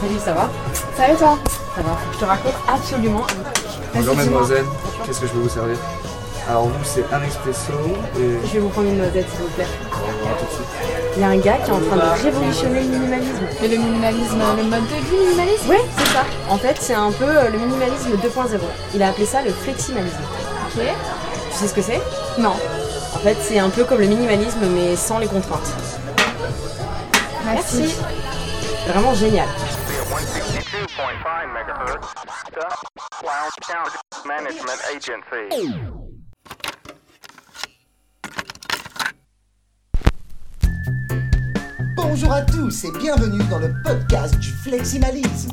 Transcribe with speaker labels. Speaker 1: Salut, ça va
Speaker 2: Salut toi
Speaker 1: Ça va. Je te raconte absolument un truc.
Speaker 3: Bonjour
Speaker 1: Vas-y, dis-moi.
Speaker 3: mademoiselle, qu'est-ce que je peux vous servir Alors vous c'est un expresso et...
Speaker 1: Je vais vous prendre une noisette, s'il vous plaît.
Speaker 3: On va voir tout de suite.
Speaker 1: Il y a un gars qui est en train de révolutionner le minimalisme.
Speaker 2: Mais le minimalisme, le mode de vie minimaliste
Speaker 1: Ouais, c'est ça. En fait, c'est un peu euh, le minimalisme 2.0. Il a appelé ça le fleximalisme.
Speaker 2: Ok.
Speaker 1: Tu sais ce que c'est
Speaker 2: Non.
Speaker 1: En fait, c'est un peu comme le minimalisme, mais sans les contraintes.
Speaker 2: Merci.
Speaker 1: Vraiment génial.
Speaker 4: 162.5 megahertz. The Lounge Sound Management Agency.
Speaker 5: Bonjour à tous et bienvenue dans le podcast du fleximalisme.